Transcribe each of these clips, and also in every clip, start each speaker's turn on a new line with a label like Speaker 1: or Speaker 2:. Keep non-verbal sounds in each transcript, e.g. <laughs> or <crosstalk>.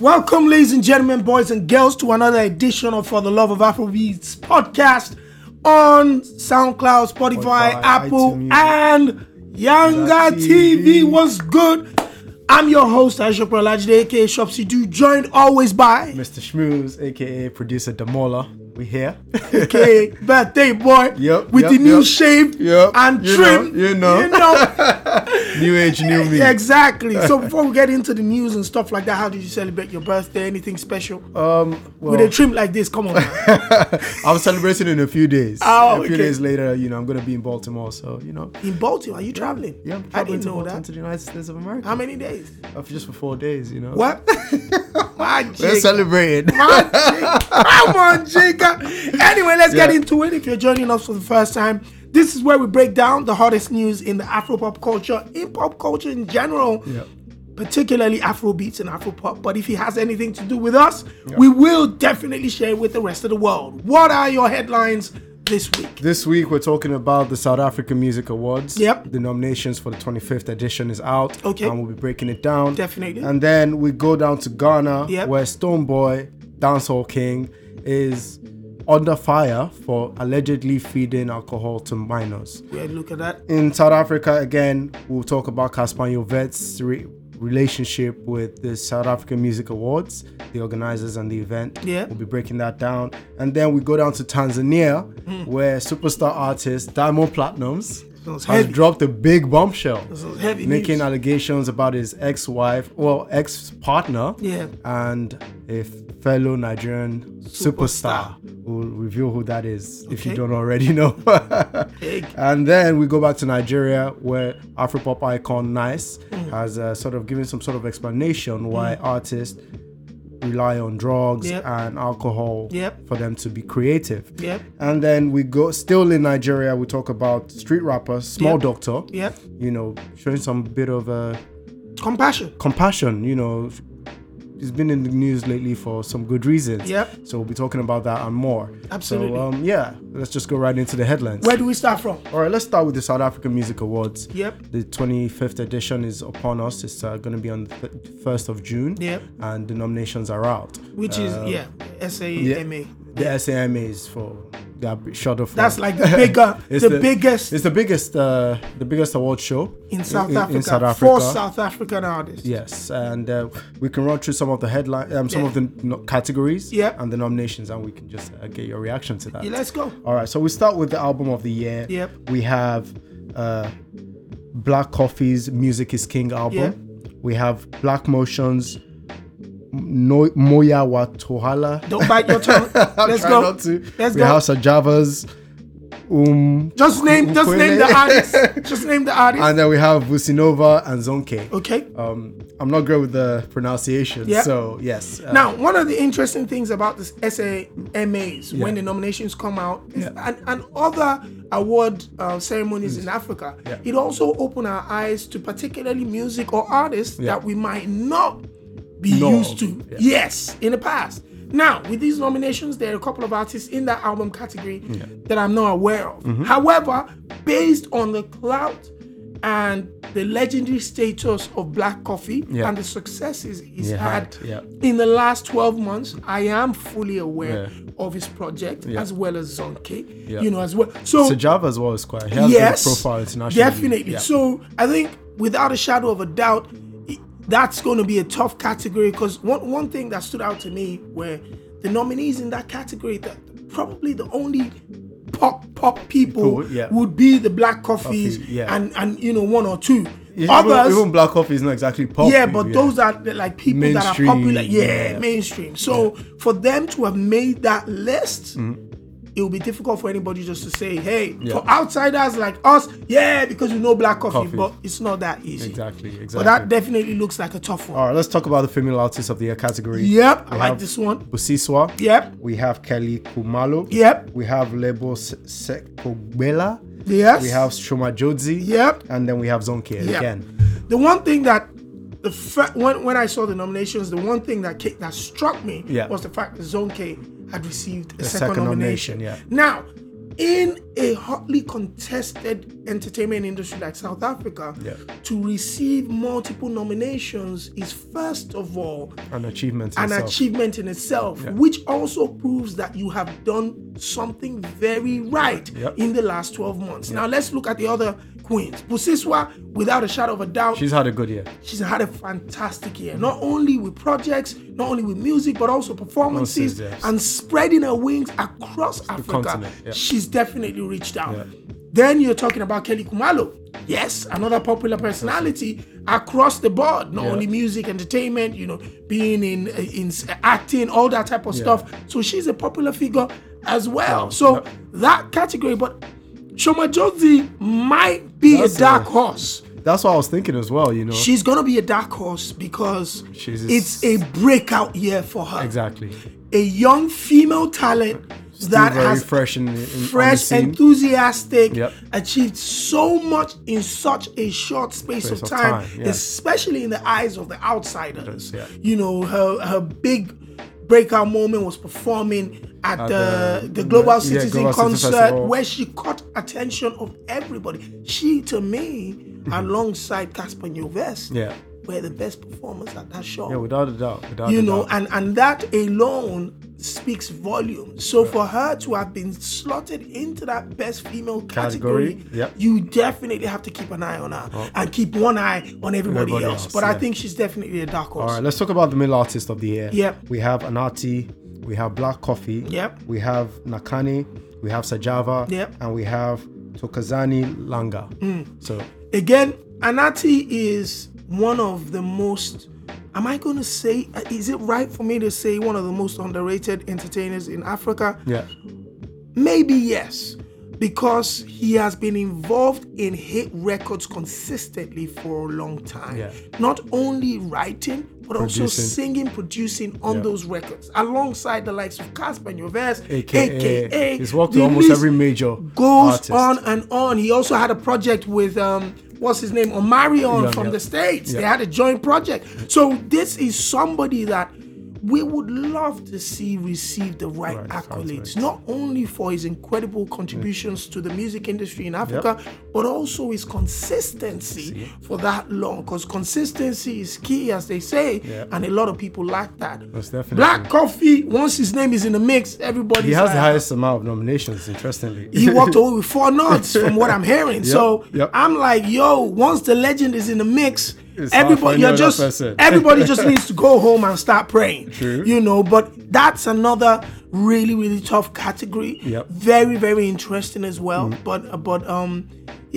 Speaker 1: Welcome, ladies and gentlemen, boys and girls, to another edition of For the Love of Afrobeats podcast on SoundCloud, Spotify,
Speaker 2: Spotify,
Speaker 1: Apple,
Speaker 2: iTunes.
Speaker 1: and Yanga TV.
Speaker 2: TV.
Speaker 1: What's good? I'm your host, Aisha Pralajide, aka Shop Sidu, joined always
Speaker 2: <laughs>
Speaker 1: by
Speaker 2: Mr. Schmooze, aka producer Demola. We here.
Speaker 1: aka Birthday
Speaker 2: <laughs>
Speaker 1: Boy
Speaker 2: Yep,
Speaker 1: with
Speaker 2: yep,
Speaker 1: the new
Speaker 2: yep.
Speaker 1: shape
Speaker 2: Yep,
Speaker 1: and
Speaker 2: you
Speaker 1: trim.
Speaker 2: know, you know.
Speaker 1: You
Speaker 2: <laughs>
Speaker 1: know.
Speaker 2: <laughs> new age, new me.
Speaker 1: exactly.
Speaker 2: <laughs>
Speaker 1: So before we get into the news and stuff like that, how did you celebrate your birthday? Anything special?
Speaker 2: Um, well,
Speaker 1: with a trim like this, come on. man.
Speaker 2: <laughs> I'm celebrating in a few days.
Speaker 1: Oh,
Speaker 2: a few
Speaker 1: okay.
Speaker 2: days later, you know, I'm gonna be in Baltimore, so you know.
Speaker 1: In Baltimore, are you traveling?
Speaker 2: Yeah, I'm
Speaker 1: I
Speaker 2: traveling
Speaker 1: didn't
Speaker 2: to
Speaker 1: know
Speaker 2: Baltimore
Speaker 1: that.
Speaker 2: to the United States of
Speaker 1: How
Speaker 2: America
Speaker 1: many days?
Speaker 2: uh, for just for four days, you know.
Speaker 1: What? <laughs> My
Speaker 2: We're
Speaker 1: Jacob.
Speaker 2: celebrating. <laughs>
Speaker 1: My Jacob. Come on, Jacob. Anyway, let's get
Speaker 2: Yeah.
Speaker 1: into it. If you're joining us for the first time, this is where we break down the hottest news in the Afro pop culture, in pop culture in general,
Speaker 2: Yep.
Speaker 1: particularly Afro beats and Afro pop. But if it has anything to do with us, we will definitely share it with the rest of the world. What are your headlines this week?
Speaker 2: This week we're talking about the South African Music Awards.
Speaker 1: Yep.
Speaker 2: The nominations for the 25th edition is out.
Speaker 1: Okay.
Speaker 2: And we'll be breaking it down.
Speaker 1: Definitely.
Speaker 2: And then we go down to Ghana,
Speaker 1: Yep.
Speaker 2: where Stone Boy, Dancehall King, is under fire for allegedly feeding alcohol to minors.
Speaker 1: Yeah, look at that.
Speaker 2: In South Africa, again, we'll talk about Caspar Jovet's re- relationship with the South African Music Awards, the organizers and the event.
Speaker 1: Yeah.
Speaker 2: We'll be breaking that down. And then we go down to Tanzania,
Speaker 1: Hmm.
Speaker 2: where superstar artist Diamond Platnumz
Speaker 1: Sounds
Speaker 2: has
Speaker 1: heavy.
Speaker 2: dropped a big bombshell,
Speaker 1: sounds heavy
Speaker 2: making
Speaker 1: news.
Speaker 2: allegations about his ex-wife, well, ex-partner,
Speaker 1: Yeah.
Speaker 2: and a fellow Nigerian
Speaker 1: Superstar.
Speaker 2: superstar. We'll reveal who that is if you
Speaker 1: Okay.
Speaker 2: don't already
Speaker 1: <laughs>
Speaker 2: know.
Speaker 1: Big.
Speaker 2: And then we go back to Nigeria, where Afropop icon Nice
Speaker 1: Mm.
Speaker 2: has uh, sort of given some sort of explanation why artists rely on drugs
Speaker 1: Yep.
Speaker 2: and alcohol
Speaker 1: Yep.
Speaker 2: for them to be creative.
Speaker 1: Yep.
Speaker 2: And then we go still in Nigeria. We talk about street rapper Small
Speaker 1: Yep.
Speaker 2: Doctor.
Speaker 1: Yep.
Speaker 2: You know, showing some bit of uh,
Speaker 1: Compassion.
Speaker 2: compassion. You know, he's been in the news lately for some good reasons.
Speaker 1: Yep.
Speaker 2: So we'll be talking about that and more.
Speaker 1: Absolutely.
Speaker 2: So um, yeah, let's just go right into the headlines.
Speaker 1: Where do we start from?
Speaker 2: All right, let's start with the South African Music Awards.
Speaker 1: Yep.
Speaker 2: The 25th edition is upon us. It's uh, going to be on the th- 1st of June.
Speaker 1: Yep.
Speaker 2: And the nominations are out.
Speaker 1: Which is yeah, S A
Speaker 2: Uh, yeah.
Speaker 1: M A.
Speaker 2: The SAMAs for that short of
Speaker 1: That's like
Speaker 2: <laughs>
Speaker 1: the bigger, the, biggest
Speaker 2: It's the biggest, uh, the biggest award show
Speaker 1: in South Africa
Speaker 2: In South
Speaker 1: for
Speaker 2: Africa.
Speaker 1: South African artists.
Speaker 2: Yes, and uh, we can run through some of the headline, um, some
Speaker 1: Yeah.
Speaker 2: of the no- categories,
Speaker 1: Yep.
Speaker 2: and the nominations, and we can just uh, get your reaction to that.
Speaker 1: Yeah, let's go.
Speaker 2: All right, so we start with the album of the year.
Speaker 1: Yep.
Speaker 2: We have uh, Black Coffee's Music is King album. We have Black Motion's no- Moya wa Tohala.
Speaker 1: Don't bite
Speaker 2: <laughs>
Speaker 1: your tongue.
Speaker 2: I'm
Speaker 1: Let's
Speaker 2: trying
Speaker 1: go.
Speaker 2: Not to.
Speaker 1: Let's
Speaker 2: we
Speaker 1: go.
Speaker 2: have Sajava's Um.
Speaker 1: Just name, just name the
Speaker 2: Ukwele.
Speaker 1: artist. Just name
Speaker 2: <laughs>
Speaker 1: the artist.
Speaker 2: And then we have Vusinova and Zonke.
Speaker 1: okay.
Speaker 2: Um, I'm not great with the pronunciation,
Speaker 1: Yep.
Speaker 2: so yes. uh,
Speaker 1: Now, one of the interesting things about this SAMAs when
Speaker 2: Yeah.
Speaker 1: the nominations come out is,
Speaker 2: Yeah. Mm.
Speaker 1: and, and other award uh, ceremonies in Africa,
Speaker 2: Yeah.
Speaker 1: it also opened our eyes to particularly music or artists
Speaker 2: Yeah.
Speaker 1: that we might not be
Speaker 2: Know
Speaker 1: used
Speaker 2: of,
Speaker 1: to.
Speaker 2: yeah.
Speaker 1: Yes, in the past. Now, with these nominations, there are a couple of artists in that album category that I'm not aware of.
Speaker 2: Mm-hmm.
Speaker 1: However, based on the clout and the legendary status of Black Coffee
Speaker 2: Yeah.
Speaker 1: and the successes he's
Speaker 2: Yeah,
Speaker 1: had
Speaker 2: yeah.
Speaker 1: in the last 12 months, I am fully aware
Speaker 2: Yeah.
Speaker 1: of his project
Speaker 2: Yeah.
Speaker 1: as well as Zonke,
Speaker 2: Yeah.
Speaker 1: you know, as well. So,
Speaker 2: Sajava as well is quite. He has
Speaker 1: yes,
Speaker 2: a good profile internationally.
Speaker 1: definitely.
Speaker 2: Yeah.
Speaker 1: So, I think without a shadow of a doubt, i- that's going to be a tough category because one, one thing that stood out to me were the nominees in that category that probably the only pop pop people
Speaker 2: People, yeah.
Speaker 1: would be the black coffees
Speaker 2: Coffee, yeah.
Speaker 1: and and you know one or two
Speaker 2: Even-
Speaker 1: others
Speaker 2: even, Black Coffee is not exactly pop.
Speaker 1: yeah, but those are the, like people that are
Speaker 2: Mainstream,
Speaker 1: popular. Yeah,
Speaker 2: yeah. Mm-hmm.
Speaker 1: mainstream. So for them to have made that list, it will be difficult for anybody just to say, hey,
Speaker 2: Yeah.
Speaker 1: for outsiders like us, yeah, because we know black coffee,
Speaker 2: Coffee.
Speaker 1: but it's not that easy.
Speaker 2: Exactly, exactly.
Speaker 1: But that definitely looks like a tough one.
Speaker 2: All right, let's talk about the female artists of the year category.
Speaker 1: Yep, I
Speaker 2: We
Speaker 1: like
Speaker 2: have
Speaker 1: this one.
Speaker 2: Busiswa.
Speaker 1: Yep,
Speaker 2: We have Kelly Kumalo.
Speaker 1: Yep.
Speaker 2: We have Lebo Se- Sekobela.
Speaker 1: yes.
Speaker 2: We have Shoma Jodzi.
Speaker 1: Yep.
Speaker 2: And then we have Zonke
Speaker 1: Yep.
Speaker 2: again.
Speaker 1: The one thing that the fa- when when I saw the nominations, the one thing that ca- that struck me
Speaker 2: Yeah.
Speaker 1: was the fact that Zone K had received a
Speaker 2: The
Speaker 1: second,
Speaker 2: second
Speaker 1: nomination.
Speaker 2: nomination, yeah.
Speaker 1: Now, in a hotly contested entertainment industry like South Africa,
Speaker 2: Yeah.
Speaker 1: to receive multiple nominations is first of all
Speaker 2: an achievement.
Speaker 1: an
Speaker 2: itself.
Speaker 1: achievement in itself, which also proves that you have done something very right
Speaker 2: Yep.
Speaker 1: in the last 12 months. Now let's look at the other queens. Busiswa, without a shadow of a doubt,
Speaker 2: She's had a good year.
Speaker 1: she's had a fantastic year, not only with projects, not only with music, but also performances
Speaker 2: Performances, yes.
Speaker 1: and spreading her wings across Africa.
Speaker 2: continent, yeah.
Speaker 1: She's definitely reached out. Then you're talking about Kelly Kumalo. Yes, another popular personality across the board, not only music, entertainment, you know, being in in acting, all that type of stuff. So she's a popular figure as well. so that category, but Shoma Jozi might be
Speaker 2: That's
Speaker 1: a
Speaker 2: a-
Speaker 1: dark horse.
Speaker 2: That's what I was thinking as well. You know,
Speaker 1: She's gonna be a dark horse because
Speaker 2: She's a
Speaker 1: it's a breakout year for her.
Speaker 2: exactly.
Speaker 1: A young female talent that
Speaker 2: very
Speaker 1: has
Speaker 2: fresh in- in- on the
Speaker 1: fresh,
Speaker 2: scene.
Speaker 1: enthusiastic,
Speaker 2: Yep.
Speaker 1: achieved so much in such a short space, of
Speaker 2: of
Speaker 1: time,
Speaker 2: time, yeah.
Speaker 1: especially in the eyes of the outsiders.
Speaker 2: yeah.
Speaker 1: You know, her her big breakout moment was performing at, the, the,
Speaker 2: the-
Speaker 1: Global
Speaker 2: yeah,
Speaker 1: Citizen
Speaker 2: Global Citizen
Speaker 1: concert
Speaker 2: Festival.
Speaker 1: where she caught attention of everybody. She to
Speaker 2: <laughs>
Speaker 1: me, alongside Casper Nyovest,
Speaker 2: Yeah.
Speaker 1: were the best performers at that show
Speaker 2: Yeah, without a doubt. Without
Speaker 1: you
Speaker 2: a
Speaker 1: know
Speaker 2: doubt.
Speaker 1: and and that alone speaks volumes so for her to have been slotted into that best female category,
Speaker 2: Category, yep.
Speaker 1: you definitely have to keep an eye on her and keep one eye on everybody,
Speaker 2: Everybody
Speaker 1: else.
Speaker 2: else,
Speaker 1: but i
Speaker 2: yeah.
Speaker 1: think she's definitely a dark horse
Speaker 2: All right, let's talk about the male artist of the year.
Speaker 1: Yep.
Speaker 2: We have Anati, we have Black Coffee.
Speaker 1: Yep.
Speaker 2: We have Nakani, we have Sajava.
Speaker 1: Yep. Mm.
Speaker 2: And we have Tokazani Langa. So
Speaker 1: again anati is one of the most am i going to say uh, is it right for me to say one of the most underrated entertainers in africa
Speaker 2: yeah,
Speaker 1: Maybe yes, because he has been involved in hit records consistently for a long time.
Speaker 2: Yeah.
Speaker 1: Not only writing, but also
Speaker 2: Producing.
Speaker 1: singing, producing on
Speaker 2: Yeah.
Speaker 1: those records, alongside the likes of Casper Nyovest,
Speaker 2: AKA,
Speaker 1: AKA,
Speaker 2: he's worked with
Speaker 1: the
Speaker 2: almost
Speaker 1: list
Speaker 2: every major
Speaker 1: goes
Speaker 2: artist.
Speaker 1: on and on. He also had a project with um what's his name Omarion
Speaker 2: Yeah,
Speaker 1: from
Speaker 2: yeah.
Speaker 1: the states. They
Speaker 2: Yeah.
Speaker 1: had a joint project. So this is somebody that we would love to see receive the right,
Speaker 2: Right, sounds
Speaker 1: accolades,
Speaker 2: right. Mm.
Speaker 1: not only for his incredible contributions to the music industry in Africa, but also his consistency for that long. Because consistency is key, as they say,
Speaker 2: Yeah.
Speaker 1: and a lot of people lack that.
Speaker 2: Most definitely.
Speaker 1: Black Coffee, once his name is in the mix, everybody
Speaker 2: he has the highest amount of nominations, interestingly.
Speaker 1: he walked away with four nods from what I'm hearing. so
Speaker 2: <laughs> yep.
Speaker 1: I'm like, yo, once the legend is in the mix,
Speaker 2: It's hard for
Speaker 1: everybody
Speaker 2: any
Speaker 1: you're
Speaker 2: other
Speaker 1: just
Speaker 2: person. <laughs>
Speaker 1: everybody just needs to go home and start praying.
Speaker 2: True.
Speaker 1: You know, but that's another really, really tough category.
Speaker 2: Yep. Mm.
Speaker 1: Very, very interesting as well. But but um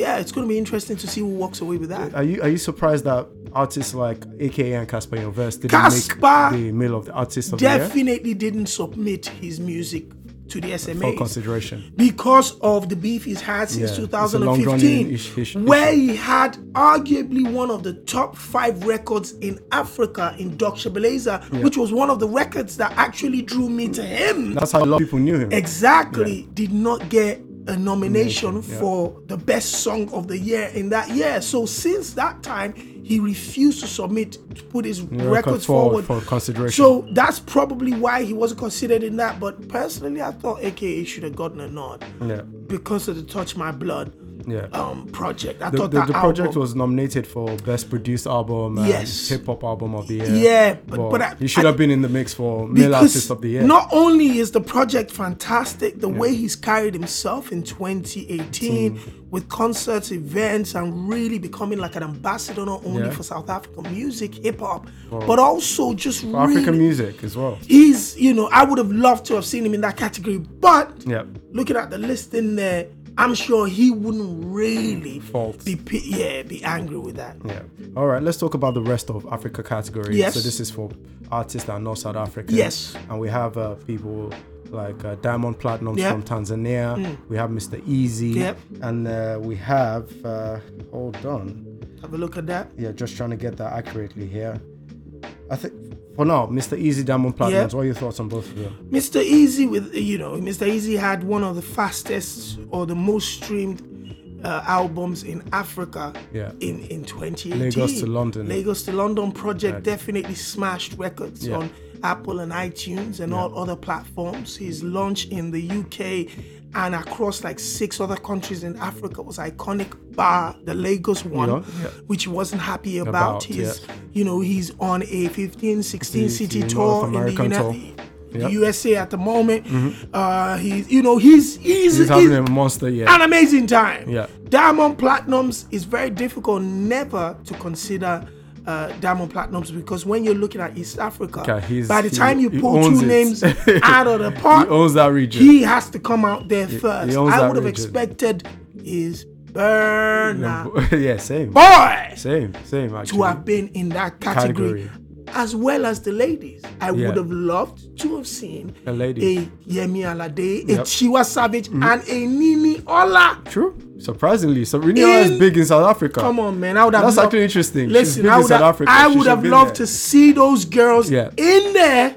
Speaker 1: yeah, it's gonna be interesting to see who walks away with that.
Speaker 2: <laughs> Are you are you surprised that artists like AKA and Casper Yovest didn't
Speaker 1: Casper
Speaker 2: make the male of the artist of the year
Speaker 1: Definitely didn't submit his music to the
Speaker 2: for
Speaker 1: SMA.
Speaker 2: consideration?
Speaker 1: because of the beef he's had since
Speaker 2: Yeah, it's a long-running
Speaker 1: 2015,
Speaker 2: ish- ish-
Speaker 1: where he had arguably one of the top five records in Africa in Dr. Beleza, which was one of the records that actually drew me to him.
Speaker 2: That's how a lot of people knew him.
Speaker 1: exactly, did not get a nomination
Speaker 2: yeah.
Speaker 1: for the best song of the year in that year. So since that time, he refused to submit to put his records forward,
Speaker 2: for consideration.
Speaker 1: So that's probably why he wasn't considered in that. But personally, I thought AKA should have gotten a nod
Speaker 2: yeah,
Speaker 1: because of the Touch My Blood
Speaker 2: yeah.
Speaker 1: um, project. I
Speaker 2: The,
Speaker 1: thought
Speaker 2: the,
Speaker 1: that
Speaker 2: the project
Speaker 1: album-
Speaker 2: was nominated for best produced album, and
Speaker 1: Yes.
Speaker 2: hip hop album of the year.
Speaker 1: Yeah, but- but I-
Speaker 2: he should
Speaker 1: I-
Speaker 2: have been in the mix for male
Speaker 1: because
Speaker 2: artist of the year.
Speaker 1: Not only is the project fantastic, the way he's carried himself in 2018 with concerts, events, and really becoming like an ambassador not only
Speaker 2: Yeah.
Speaker 1: for South African music, hip hop, but also just
Speaker 2: for African
Speaker 1: really-
Speaker 2: music as well.
Speaker 1: He's, you know, I would have loved to have seen him in that category, but
Speaker 2: Yeah,
Speaker 1: looking at the list in there, I'm sure he wouldn't really
Speaker 2: Fault.
Speaker 1: be, pi- yeah, be angry with that.
Speaker 2: yeah. All right, let's talk about the rest of Africa category.
Speaker 1: Yes.
Speaker 2: So this is for artists that are not South African.
Speaker 1: Yes.
Speaker 2: And we have uh, people like uh, Diamond Platinum
Speaker 1: Yep.
Speaker 2: from Tanzania. We have Mr. Easy.
Speaker 1: Mm. Yep.
Speaker 2: And uh, we have uh, hold on.
Speaker 1: Have a look at that.
Speaker 2: Yeah, just trying to get that accurately here. I think for now, Mr. Easy Diamond Platinum.
Speaker 1: Yep.
Speaker 2: What are your thoughts on both of them?
Speaker 1: Mr. Easy with you know, Mr. Easy had one of the fastest or the most streamed uh, albums in Africa
Speaker 2: Yeah.
Speaker 1: in in 2018.
Speaker 2: Lagos to London.
Speaker 1: Lagos to London project definitely smashed records
Speaker 2: Yeah.
Speaker 1: on Apple and iTunes and all other platforms. His launch in the UK and across like six other countries in Africa was iconic. Bar the Lagos one,
Speaker 2: Yeah, yeah.
Speaker 1: which he wasn't happy about.
Speaker 2: About,
Speaker 1: his,
Speaker 2: yeah.
Speaker 1: you know, he's on a 15, 16 city
Speaker 2: North
Speaker 1: tour in the
Speaker 2: American tour.
Speaker 1: United. the
Speaker 2: Yeah.
Speaker 1: USA at the moment, uh, he's you know he's he's,
Speaker 2: Mm-hmm. He's
Speaker 1: he's
Speaker 2: having a monster year. <laughs>
Speaker 1: an amazing time.
Speaker 2: Yeah.
Speaker 1: Diamond platinums is very difficult never to consider uh, diamond platinums because when you're looking at East Africa,
Speaker 2: Okay, he's-
Speaker 1: by the
Speaker 2: he-
Speaker 1: time you
Speaker 2: he
Speaker 1: pull
Speaker 2: owns
Speaker 1: two
Speaker 2: it. <laughs>
Speaker 1: names out of the
Speaker 2: He
Speaker 1: pot,
Speaker 2: owns that region. <laughs>
Speaker 1: he has to come out there first.
Speaker 2: owns
Speaker 1: I
Speaker 2: that
Speaker 1: would have
Speaker 2: region.
Speaker 1: expected his burner
Speaker 2: <laughs> yeah, same.
Speaker 1: boy
Speaker 2: Same, same
Speaker 1: to
Speaker 2: actually.
Speaker 1: have been in that category,
Speaker 2: Category.
Speaker 1: as well as the ladies. I
Speaker 2: Yeah.
Speaker 1: would have loved to have seen
Speaker 2: A lady.
Speaker 1: a Yemi Alade, a
Speaker 2: Yep. Mm-hmm.
Speaker 1: Chiwa Savage, and a Nini Ola.
Speaker 2: True. Surprisingly, so Reniola is
Speaker 1: In-
Speaker 2: big in South Africa.
Speaker 1: Come on, man. I would have
Speaker 2: That's
Speaker 1: loved-
Speaker 2: actually interesting. She's
Speaker 1: Listen,
Speaker 2: big
Speaker 1: I
Speaker 2: in
Speaker 1: would,
Speaker 2: South
Speaker 1: have,
Speaker 2: Africa.
Speaker 1: I
Speaker 2: She
Speaker 1: would
Speaker 2: should
Speaker 1: have
Speaker 2: be
Speaker 1: loved to
Speaker 2: there.
Speaker 1: see those girls
Speaker 2: Yeah.
Speaker 1: in there,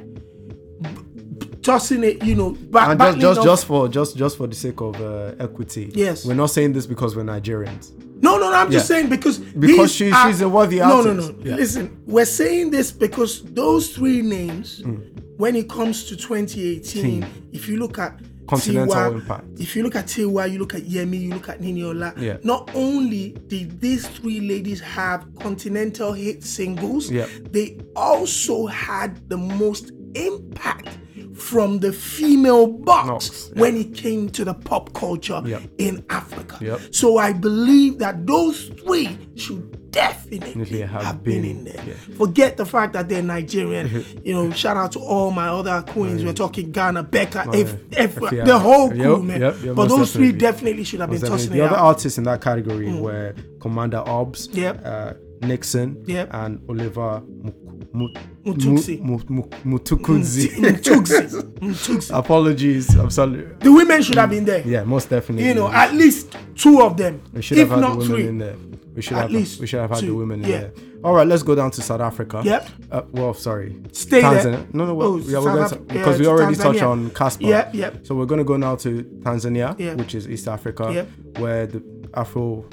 Speaker 1: b- tossing it, you know, back,
Speaker 2: And just,
Speaker 1: battling
Speaker 2: just,
Speaker 1: up.
Speaker 2: just for just just for the sake of uh, equity.
Speaker 1: Yes.
Speaker 2: We're not saying this because we're Nigerians.
Speaker 1: No, no, no. I'm just
Speaker 2: Yeah.
Speaker 1: saying because
Speaker 2: Because
Speaker 1: these
Speaker 2: she-
Speaker 1: are-
Speaker 2: she's a worthy
Speaker 1: No, no,
Speaker 2: artist.
Speaker 1: no.
Speaker 2: Yeah.
Speaker 1: Listen, we're saying this because those three names,
Speaker 2: Mm.
Speaker 1: when it comes to 2018, if you look at
Speaker 2: Continental
Speaker 1: Tiwa,
Speaker 2: impact.
Speaker 1: if you look at Tiwa, you look at Yemi, you look at Niniola.
Speaker 2: Yeah.
Speaker 1: Not only did these three ladies have continental hit singles,
Speaker 2: Yeah.
Speaker 1: they also had the most impact from the female box
Speaker 2: Box, yeah.
Speaker 1: when it came to the pop culture
Speaker 2: Yeah.
Speaker 1: in Africa.
Speaker 2: Yep.
Speaker 1: So I believe that those three should definitely
Speaker 2: Definitely
Speaker 1: have,
Speaker 2: have
Speaker 1: been,
Speaker 2: been,
Speaker 1: in there.
Speaker 2: yeah.
Speaker 1: Forget the fact that they're
Speaker 2: <laughs>
Speaker 1: Nigerian. you know, shout out to all my other queens. We're talking Ghana, Becca, F, F,
Speaker 2: Effia.
Speaker 1: the whole crew,
Speaker 2: Yep,
Speaker 1: man.
Speaker 2: yep, yeah,
Speaker 1: but
Speaker 2: most
Speaker 1: those three
Speaker 2: definitely.
Speaker 1: definitely should have been
Speaker 2: Definitely.
Speaker 1: tossing it
Speaker 2: the other
Speaker 1: out.
Speaker 2: artists in that category were Commander Hobbs,
Speaker 1: Mm. Yep.
Speaker 2: uh, Nixon,
Speaker 1: Yep.
Speaker 2: and Oliver Muk- Mut-
Speaker 1: Mutukzi.
Speaker 2: Mu- Mu- Mu-
Speaker 1: Mm.
Speaker 2: Mutukunzi.
Speaker 1: <laughs> Mtukzi. Mtukzi.
Speaker 2: <laughs> Apologies, I'm sorry.
Speaker 1: The women should have been there.
Speaker 2: Yeah, most definitely.
Speaker 1: You know, at least two of them,
Speaker 2: we
Speaker 1: if
Speaker 2: should have had the
Speaker 1: not
Speaker 2: women
Speaker 1: three.
Speaker 2: in there. We should
Speaker 1: At
Speaker 2: have
Speaker 1: least
Speaker 2: we should have had the
Speaker 1: two.
Speaker 2: women in
Speaker 1: Yeah.
Speaker 2: there. All right, let's go down to South Africa.
Speaker 1: Yep.
Speaker 2: Uh, well, sorry.
Speaker 1: Stay there.
Speaker 2: No, no,
Speaker 1: Oh,
Speaker 2: well, yeah,
Speaker 1: South
Speaker 2: we're going to,
Speaker 1: Af-
Speaker 2: because
Speaker 1: yeah,
Speaker 2: we already touched
Speaker 1: Tanzania.
Speaker 2: on Casper.
Speaker 1: Yep, yep.
Speaker 2: So we're going to go now to Tanzania,
Speaker 1: Yeah.
Speaker 2: which is East Africa,
Speaker 1: Yep.
Speaker 2: where the Afro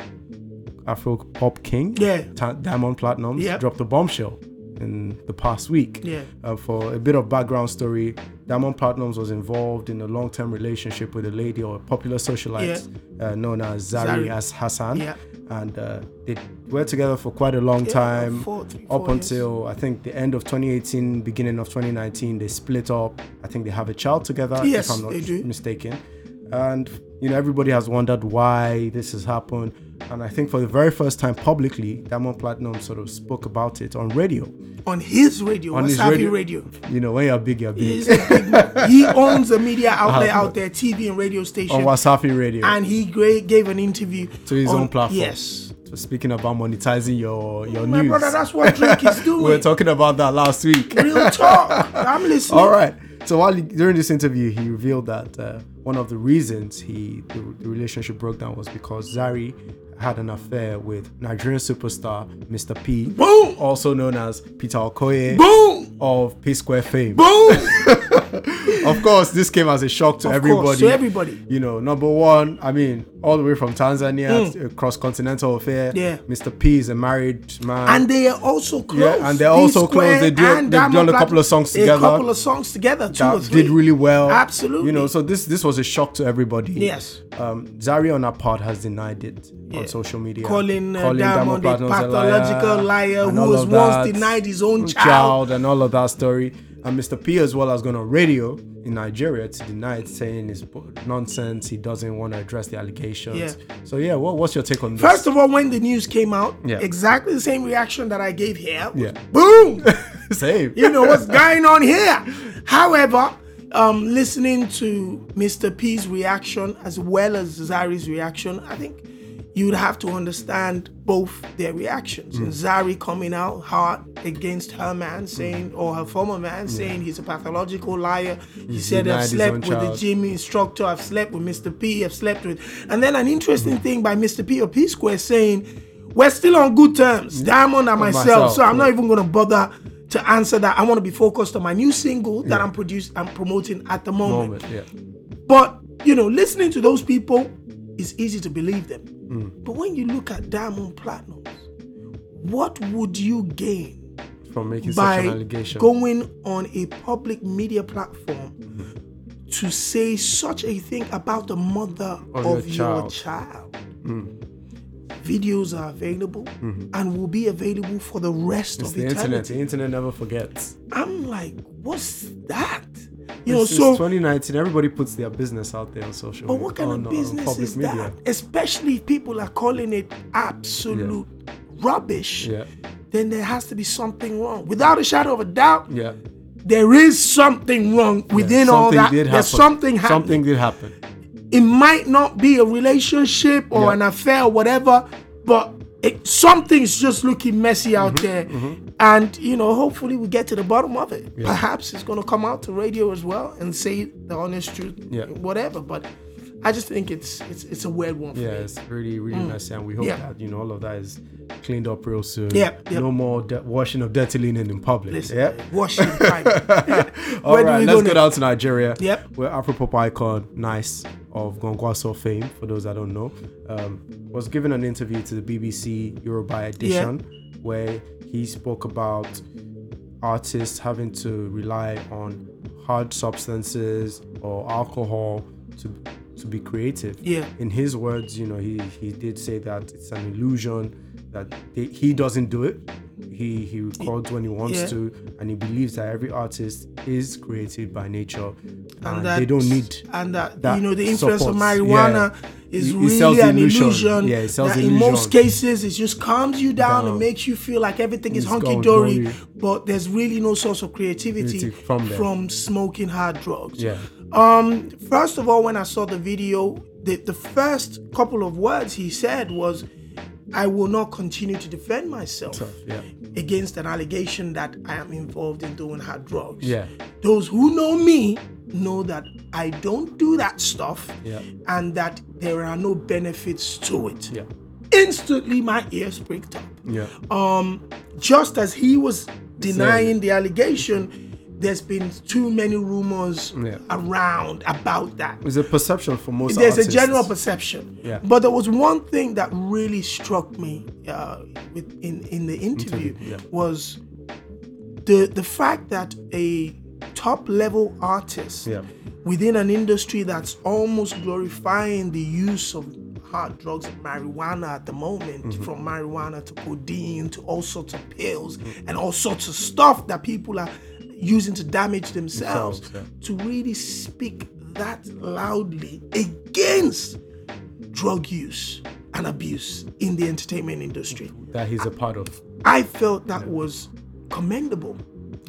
Speaker 2: Afro pop king,
Speaker 1: Yeah.
Speaker 2: Ta- Diamond Platinums,
Speaker 1: Yep.
Speaker 2: dropped a bombshell in the past week.
Speaker 1: Yeah.
Speaker 2: Uh, for a bit of background story, Diamond Platinums was involved in a long-term relationship with a lady or a popular socialite uh, known as Zari,
Speaker 1: Zari.
Speaker 2: as Hassan.
Speaker 1: Yeah.
Speaker 2: And uh, they were together for quite a long time,
Speaker 1: four- three,
Speaker 2: up
Speaker 1: four years.
Speaker 2: until I think the end of 2018, beginning of 2019. They split up. I think they have a child together,
Speaker 1: Yes,
Speaker 2: if I'm not
Speaker 1: they do.
Speaker 2: mistaken. And you know, everybody has wondered why this has happened. And I think for the very first time publicly, Diamond Platinum sort of spoke about it on radio.
Speaker 1: on his radio, on
Speaker 2: his
Speaker 1: radio.
Speaker 2: radio.
Speaker 1: radio.
Speaker 2: You know, when you're big, you're big.
Speaker 1: He's a big man. He owns a
Speaker 2: <laughs>
Speaker 1: media outlet out there, TV and radio
Speaker 2: on
Speaker 1: station.
Speaker 2: Wasafi Radio.
Speaker 1: and he gra- gave an interview
Speaker 2: to his
Speaker 1: on-
Speaker 2: own platform.
Speaker 1: Yes.
Speaker 2: So speaking about monetizing your your
Speaker 1: My
Speaker 2: news,
Speaker 1: brother, that's what Drake is
Speaker 2: <laughs> we were
Speaker 1: doing.
Speaker 2: talking about that last week.
Speaker 1: Real talk. I'm listening.
Speaker 2: All right. So while he, during this interview, he revealed that uh, one of the reasons he the, the relationship broke down was because Zari had an affair with Nigerian superstar Mr. P,
Speaker 1: Boom.
Speaker 2: also known as Peter Okoye
Speaker 1: Boom.
Speaker 2: of P Square fame.
Speaker 1: Boom.
Speaker 2: Of course, this came as a shock to
Speaker 1: Of
Speaker 2: everybody.
Speaker 1: course, to everybody.
Speaker 2: You know, number one, I mean, all the way from Tanzania, to across continental affair.
Speaker 1: Hmm. Yeah.
Speaker 2: Mr. P is a married man.
Speaker 1: and they are also close.
Speaker 2: Yeah, and they're
Speaker 1: P
Speaker 2: also
Speaker 1: Square
Speaker 2: close. They do-
Speaker 1: and
Speaker 2: they've done
Speaker 1: Diamond
Speaker 2: a couple of songs together.
Speaker 1: A couple of songs together. Two or
Speaker 2: that
Speaker 1: three.
Speaker 2: did really well.
Speaker 1: Absolutely.
Speaker 2: You know, so this this was a shock to everybody.
Speaker 1: Yes.
Speaker 2: Um, Zari on her part has denied it on social media.
Speaker 1: Calling, uh, Diamond a
Speaker 2: Platnumz a
Speaker 1: pathological liar
Speaker 2: and
Speaker 1: who
Speaker 2: all
Speaker 1: was
Speaker 2: of
Speaker 1: once
Speaker 2: that,
Speaker 1: denied his own child.
Speaker 2: child and all of that story. And Mr. P as well has gone on radio in Nigeria to deny it, saying it's bu- nonsense. He doesn't want to address the allegations.
Speaker 1: Yeah.
Speaker 2: So yeah, what, what's your take on this?
Speaker 1: First of all, when the news came out,
Speaker 2: Yeah.
Speaker 1: exactly the same reaction that I gave here. was,
Speaker 2: Yeah. <laughs>
Speaker 1: Boom.
Speaker 2: Same.
Speaker 1: you know what's going on here. However, um, listening to Mr. P's reaction as well as Zari's reaction, I think you would have to understand both their reactions.
Speaker 2: Hmm.
Speaker 1: And Zari coming out hard against her man saying, or her former man saying he's a pathological liar. He said,
Speaker 2: denied
Speaker 1: I've
Speaker 2: his
Speaker 1: slept
Speaker 2: own
Speaker 1: with the
Speaker 2: child."
Speaker 1: gym instructor, I've slept with Mr. P, I've slept with. And then an interesting
Speaker 2: Hmm.
Speaker 1: thing by Mr. P or P Square saying, we're still on good terms, Diamond and myself,
Speaker 2: myself,
Speaker 1: so I'm
Speaker 2: yeah.
Speaker 1: not even going to bother to answer that. I want to be focused on my new single that I'm produced I'm promoting at the moment.
Speaker 2: Moment, yeah.
Speaker 1: But you know, listening to those people is easy to believe them.
Speaker 2: Mm.
Speaker 1: But when you look at diamond platinums, what would you gain
Speaker 2: from making such an
Speaker 1: by
Speaker 2: allegation.
Speaker 1: going on a public media platform to say such a thing about the mother
Speaker 2: Of
Speaker 1: of,
Speaker 2: your
Speaker 1: your
Speaker 2: child. Mm.
Speaker 1: child. Videos are available and will be available for the rest
Speaker 2: Mm-hmm. it's
Speaker 1: of
Speaker 2: the internet.
Speaker 1: eternity.
Speaker 2: The internet never forgets.
Speaker 1: I'm like, what's that? You know,
Speaker 2: Since
Speaker 1: so
Speaker 2: 2019, everybody puts their business out there on social.
Speaker 1: but what kind of business is that? Especially if people are calling it absolute rubbish.
Speaker 2: Yeah,
Speaker 1: Then there has to be something wrong. Without a shadow of a doubt,
Speaker 2: yeah.
Speaker 1: there is something wrong within all
Speaker 2: Something
Speaker 1: that.
Speaker 2: did
Speaker 1: There's
Speaker 2: happen.
Speaker 1: something happening.
Speaker 2: Something did happen.
Speaker 1: It might not be a relationship or
Speaker 2: Yeah.
Speaker 1: an affair or whatever, but it, something's just looking messy out
Speaker 2: Mm-hmm,
Speaker 1: there. And, you know, hopefully we get to the bottom of it. Perhaps it's going to come out to radio as well and say the honest truth,
Speaker 2: Yeah.
Speaker 1: whatever. But I just think it's it's, it's a weird one for
Speaker 2: Yeah,
Speaker 1: me.
Speaker 2: it's really, really messy, and we hope
Speaker 1: Mm. Yeah.
Speaker 2: that you know all of that is cleaned up real soon.
Speaker 1: Yep, yep.
Speaker 2: No more de- washing of dirty linen in public.
Speaker 1: Listen,
Speaker 2: Yep.
Speaker 1: wash your
Speaker 2: <laughs>
Speaker 1: private.
Speaker 2: All
Speaker 1: Where do
Speaker 2: right,
Speaker 1: we go
Speaker 2: let's go
Speaker 1: next?
Speaker 2: down to Nigeria.
Speaker 1: Yep.
Speaker 2: Where Afropop icon Nice of Gongwaso fame, for those that don't know, um, was given an interview to the BBC Yoruba edition where he spoke about artists having to rely on hard substances or alcohol to to be creative.
Speaker 1: Yeah.
Speaker 2: In his words, you know, he he did say that it's an illusion that they, he doesn't do it. He he records when he wants
Speaker 1: Yeah.
Speaker 2: to and he believes that every artist is created by nature and,
Speaker 1: that-
Speaker 2: they don't need
Speaker 1: <laughs> and that,
Speaker 2: that
Speaker 1: you know the influence
Speaker 2: support.
Speaker 1: of marijuana
Speaker 2: Yeah.
Speaker 1: is
Speaker 2: It- it sells
Speaker 1: really
Speaker 2: the
Speaker 1: an
Speaker 2: illusion.
Speaker 1: illusion,
Speaker 2: Yeah, it sells
Speaker 1: that
Speaker 2: the
Speaker 1: in most
Speaker 2: illusion.
Speaker 1: cases it just calms you down,
Speaker 2: Down.
Speaker 1: and makes you feel like everything is
Speaker 2: It's gone,
Speaker 1: hunky-dory
Speaker 2: dory.
Speaker 1: but there's really no source of creativity
Speaker 2: Creative from there.
Speaker 1: smoking hard drugs
Speaker 2: yeah
Speaker 1: um first of all when i saw the video the, the first couple of words he said was i will not continue to defend myself
Speaker 2: stuff yeah
Speaker 1: against an allegation that I am involved in doing hard drugs.
Speaker 2: Yeah.
Speaker 1: Those who know me know that I don't do that stuff
Speaker 2: Yeah.
Speaker 1: and that there are no benefits to it.
Speaker 2: yeah
Speaker 1: Instantly my ears pricked up.
Speaker 2: yeah
Speaker 1: Um just as he was denying the allegation, there's been too many rumors
Speaker 2: Yeah.
Speaker 1: around about that
Speaker 2: it's a perception for most
Speaker 1: there's
Speaker 2: artists.
Speaker 1: a general perception.
Speaker 2: Yeah.
Speaker 1: But there was one thing that really struck me uh, with, in in the interview
Speaker 2: Interview, yeah.
Speaker 1: was the the fact that a top level artist
Speaker 2: Yeah.
Speaker 1: within an industry that's almost glorifying the use of hard drugs and marijuana at the moment from marijuana to codeine to all sorts of pills and all sorts of stuff that people are using to damage themselves
Speaker 2: Themselves,
Speaker 1: to really speak that loudly against drug use and abuse in the entertainment industry.
Speaker 2: that he's a part of
Speaker 1: I felt that was commendable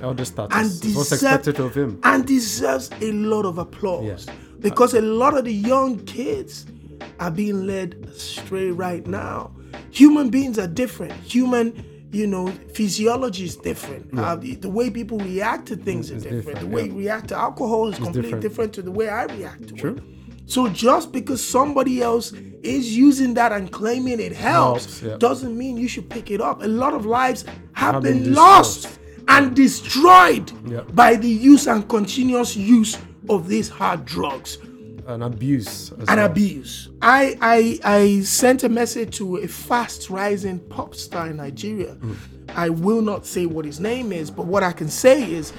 Speaker 2: elder status
Speaker 1: and
Speaker 2: It's what's
Speaker 1: deserve-
Speaker 2: expected of him
Speaker 1: and deserves a lot of applause
Speaker 2: Yeah.
Speaker 1: because a lot of the young kids are being led astray right now human beings are different human you know physiology is different uh, the, the way people react to things is
Speaker 2: It's
Speaker 1: different.
Speaker 2: different,
Speaker 1: the way
Speaker 2: yeah.
Speaker 1: you react to alcohol is completely different.
Speaker 2: different.
Speaker 1: to the way i react to
Speaker 2: True.
Speaker 1: it so just because somebody else is using that and claiming it helps,
Speaker 2: Helps, yeah.
Speaker 1: doesn't mean you should pick it up a lot of lives have,
Speaker 2: Have been
Speaker 1: been lost and destroyed
Speaker 2: Yeah.
Speaker 1: by the use and continuous use of these hard drugs
Speaker 2: an abuse as
Speaker 1: and
Speaker 2: well.
Speaker 1: abuse. I, I I sent a message to a fast rising pop star in Nigeria.
Speaker 2: Mm.
Speaker 1: I will not say what his name is, but what I can say is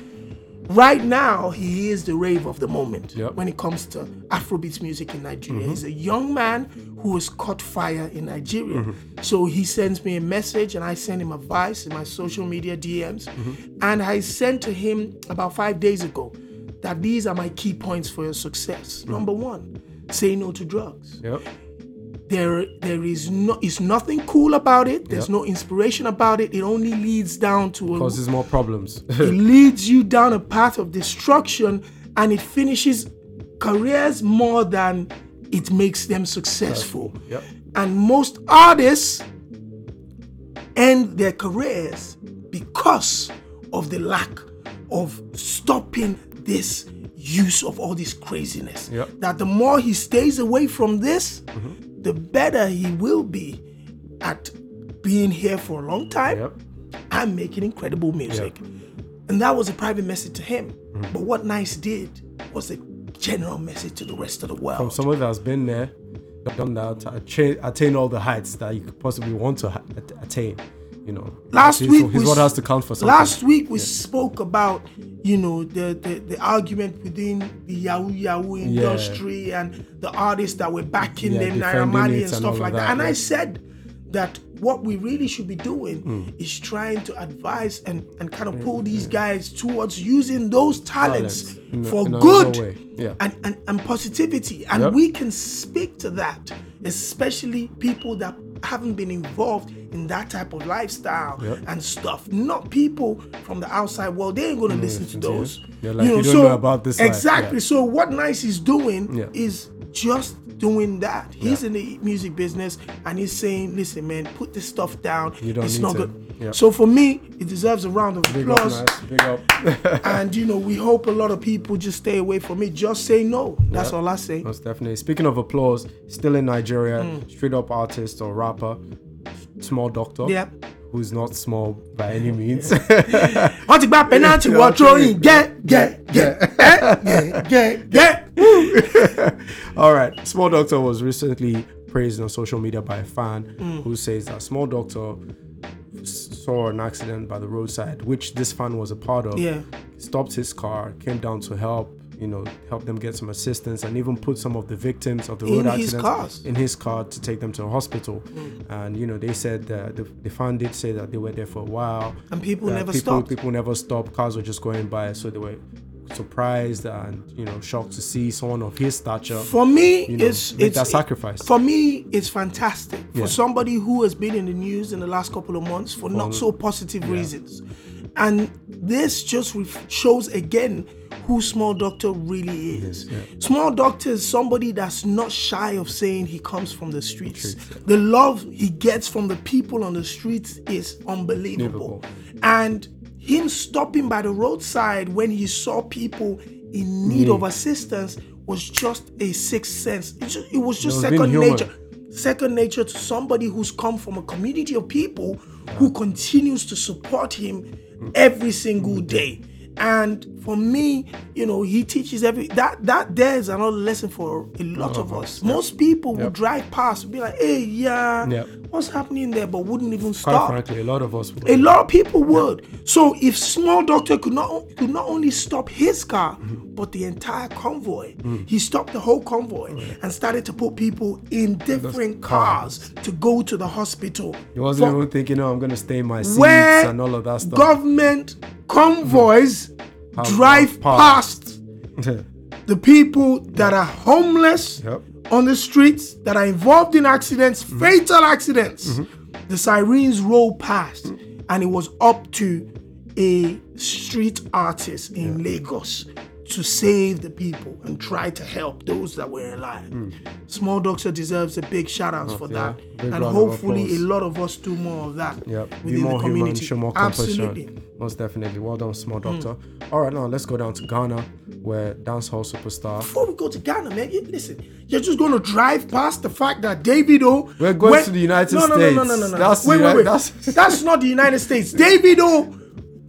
Speaker 1: right now he is the rave of the moment
Speaker 2: Yep.
Speaker 1: when it comes to Afrobeat music in Nigeria. He's a young man who has caught fire in Nigeria. So he sends me a message and I send him advice in my social media DMs. And I sent to him about five days ago that these are my key points for your success. Number one, say no to drugs.
Speaker 2: yep
Speaker 1: There, there is no, it's nothing cool about it. There's
Speaker 2: Yep.
Speaker 1: no inspiration about it. It only leads down to a
Speaker 2: causes more problems <laughs>
Speaker 1: it leads you down a path of destruction and it finishes careers more than it makes them successful.
Speaker 2: Yep.
Speaker 1: And most artists end their careers because of the lack of stopping this use of all this craziness.
Speaker 2: Yep. Mm-hmm.
Speaker 1: That the more he stays away from this, the better he will be at being here for a long time
Speaker 2: yep
Speaker 1: I'm making incredible music. And that was a private message to him. But what Nice did was a general message to the rest of the world.
Speaker 2: someone that's been there done that to attain, attain all the heights that you could possibly want to ha- at- attain. You know,
Speaker 1: Last
Speaker 2: his,
Speaker 1: week
Speaker 2: his
Speaker 1: we
Speaker 2: word
Speaker 1: s-
Speaker 2: has to count for something.
Speaker 1: Last week we spoke about you know the, the the argument within the Yahoo Yahoo industry and the artists that were backing
Speaker 2: Yeah,
Speaker 1: them, Naira
Speaker 2: defending it
Speaker 1: Marley
Speaker 2: and
Speaker 1: and
Speaker 2: all of
Speaker 1: stuff like
Speaker 2: that,
Speaker 1: that. And
Speaker 2: yeah. Hmm.
Speaker 1: I said that what we really should be doing is trying to advise and and kind of pull these guys towards using those talents
Speaker 2: Talents. In a-
Speaker 1: for
Speaker 2: in another
Speaker 1: good
Speaker 2: way, yeah.
Speaker 1: and, and and positivity. And
Speaker 2: Yep.
Speaker 1: we can speak to that, especially people that haven't been involved in that type of lifestyle
Speaker 2: Yep.
Speaker 1: and stuff. Not people from the outside world. They ain't gonna listen to
Speaker 2: listen to you.
Speaker 1: those.
Speaker 2: They're like, "You don't know about this life."
Speaker 1: Exactly.
Speaker 2: Yeah.
Speaker 1: So what Nice is doing
Speaker 2: Yeah.
Speaker 1: is just doing that. He's in the music business and he's saying, listen, man, put this stuff down.
Speaker 2: You don't
Speaker 1: it's
Speaker 2: need
Speaker 1: not
Speaker 2: to."
Speaker 1: good.
Speaker 2: Yeah.
Speaker 1: So for me, it deserves a round of
Speaker 2: big up,
Speaker 1: applause
Speaker 2: nice, big up. <laughs>
Speaker 1: and you know we hope a lot of people just stay away from it just say no that's all i say
Speaker 2: Most definitely. Speaking of applause, still in Nigeria,
Speaker 1: Hmm.
Speaker 2: straight up artist or rapper, Small Doctor.
Speaker 1: Yep.
Speaker 2: Who's not small by
Speaker 1: <laughs>
Speaker 2: any means.
Speaker 1: wọ́n ti gba penalty wọ́n throw in gẹ́ gẹ́ gẹ́ eh, gẹ́ gẹ́
Speaker 2: <laughs>
Speaker 1: gẹ́.
Speaker 2: All right. Small Doctor was recently praised on social media by a fan
Speaker 1: Mm.
Speaker 2: who says that Small Doctor s- saw an accident by the roadside, which this fan was a part of.
Speaker 1: Yeah.
Speaker 2: Stopped his car, came down to help, you know, help them get some assistance, and even put some of the victims of the
Speaker 1: In
Speaker 2: road
Speaker 1: his
Speaker 2: accidents
Speaker 1: cars. Mm.
Speaker 2: in his car to take them to a hospital. And you know, they said that the, the fan did say that they were there for a while,
Speaker 1: And people
Speaker 2: that
Speaker 1: never
Speaker 2: people,
Speaker 1: stopped.
Speaker 2: People never stopped. Cars were just going by, so they were surprised and you know shocked to see someone of his stature
Speaker 1: for me
Speaker 2: you know,
Speaker 1: it's
Speaker 2: make
Speaker 1: it's
Speaker 2: that sacrifice.
Speaker 1: for me it's fantastic
Speaker 2: Yeah.
Speaker 1: for somebody who has been in the news in the last couple of months for not so positive reasons and this just ref- shows again who small doctor really is small doctor is somebody that's not shy of saying he comes from the streets the love he gets from the people on the streets is unbelievable and him stopping by the roadside when he saw people in need of assistance was just a sixth sense. It, ju- it was just
Speaker 2: was being
Speaker 1: second
Speaker 2: human.
Speaker 1: nature. Second nature to somebody who's come from a community of people who continues to support him every single day. And for me, you know, he teaches every that that there's another lesson for a lot of
Speaker 2: Uh-huh.
Speaker 1: us. Most people would drive past and be like, hey, yeah,
Speaker 2: Yep.
Speaker 1: what's happening there? But wouldn't even
Speaker 2: Quite
Speaker 1: stop.
Speaker 2: frankly, a lot of us. Would.
Speaker 1: A lot of people would. So if small doctor could not could not only stop his car, but the entire convoy, he stopped the whole convoy and started to put people in different cars to go to the hospital.
Speaker 2: He wasn't
Speaker 1: For-
Speaker 2: even thinking, "Oh, I'm gonna stay in my seats
Speaker 1: where
Speaker 2: and all of that stuff."
Speaker 1: government convoys drive past
Speaker 2: passed.
Speaker 1: the people that are homeless
Speaker 2: <laughs> Yep.
Speaker 1: on the streets, that are involved in accidents,
Speaker 2: Mm-hmm.
Speaker 1: fatal accidents. The sirens roll past,
Speaker 2: Mm-hmm.
Speaker 1: and it was up to a street artist in Lagos to save the people and try to help those that were alive. Small Doctor deserves a big shout out for
Speaker 2: Mm. yeah.
Speaker 1: that,
Speaker 2: Big
Speaker 1: and
Speaker 2: round of
Speaker 1: hopefully a
Speaker 2: applause.
Speaker 1: lot of us do more of that
Speaker 2: Yep. Be
Speaker 1: within the
Speaker 2: more human,
Speaker 1: community.
Speaker 2: show more compassion.
Speaker 1: Absolutely. Hmm.
Speaker 2: Most definitely. Well done, small doctor. All right, now let's go down to Ghana, where dancehall superstar
Speaker 1: before we go to Ghana, man, you, listen, you're just going to drive past the fact that David O.
Speaker 2: We're going to the United
Speaker 1: no, No, no, no, no,
Speaker 2: States.
Speaker 1: no, no.
Speaker 2: That's
Speaker 1: wait,
Speaker 2: the
Speaker 1: wait,
Speaker 2: Uni-
Speaker 1: wait.
Speaker 2: that's-
Speaker 1: <laughs> That's, not the United
Speaker 2: <laughs>
Speaker 1: States. David O.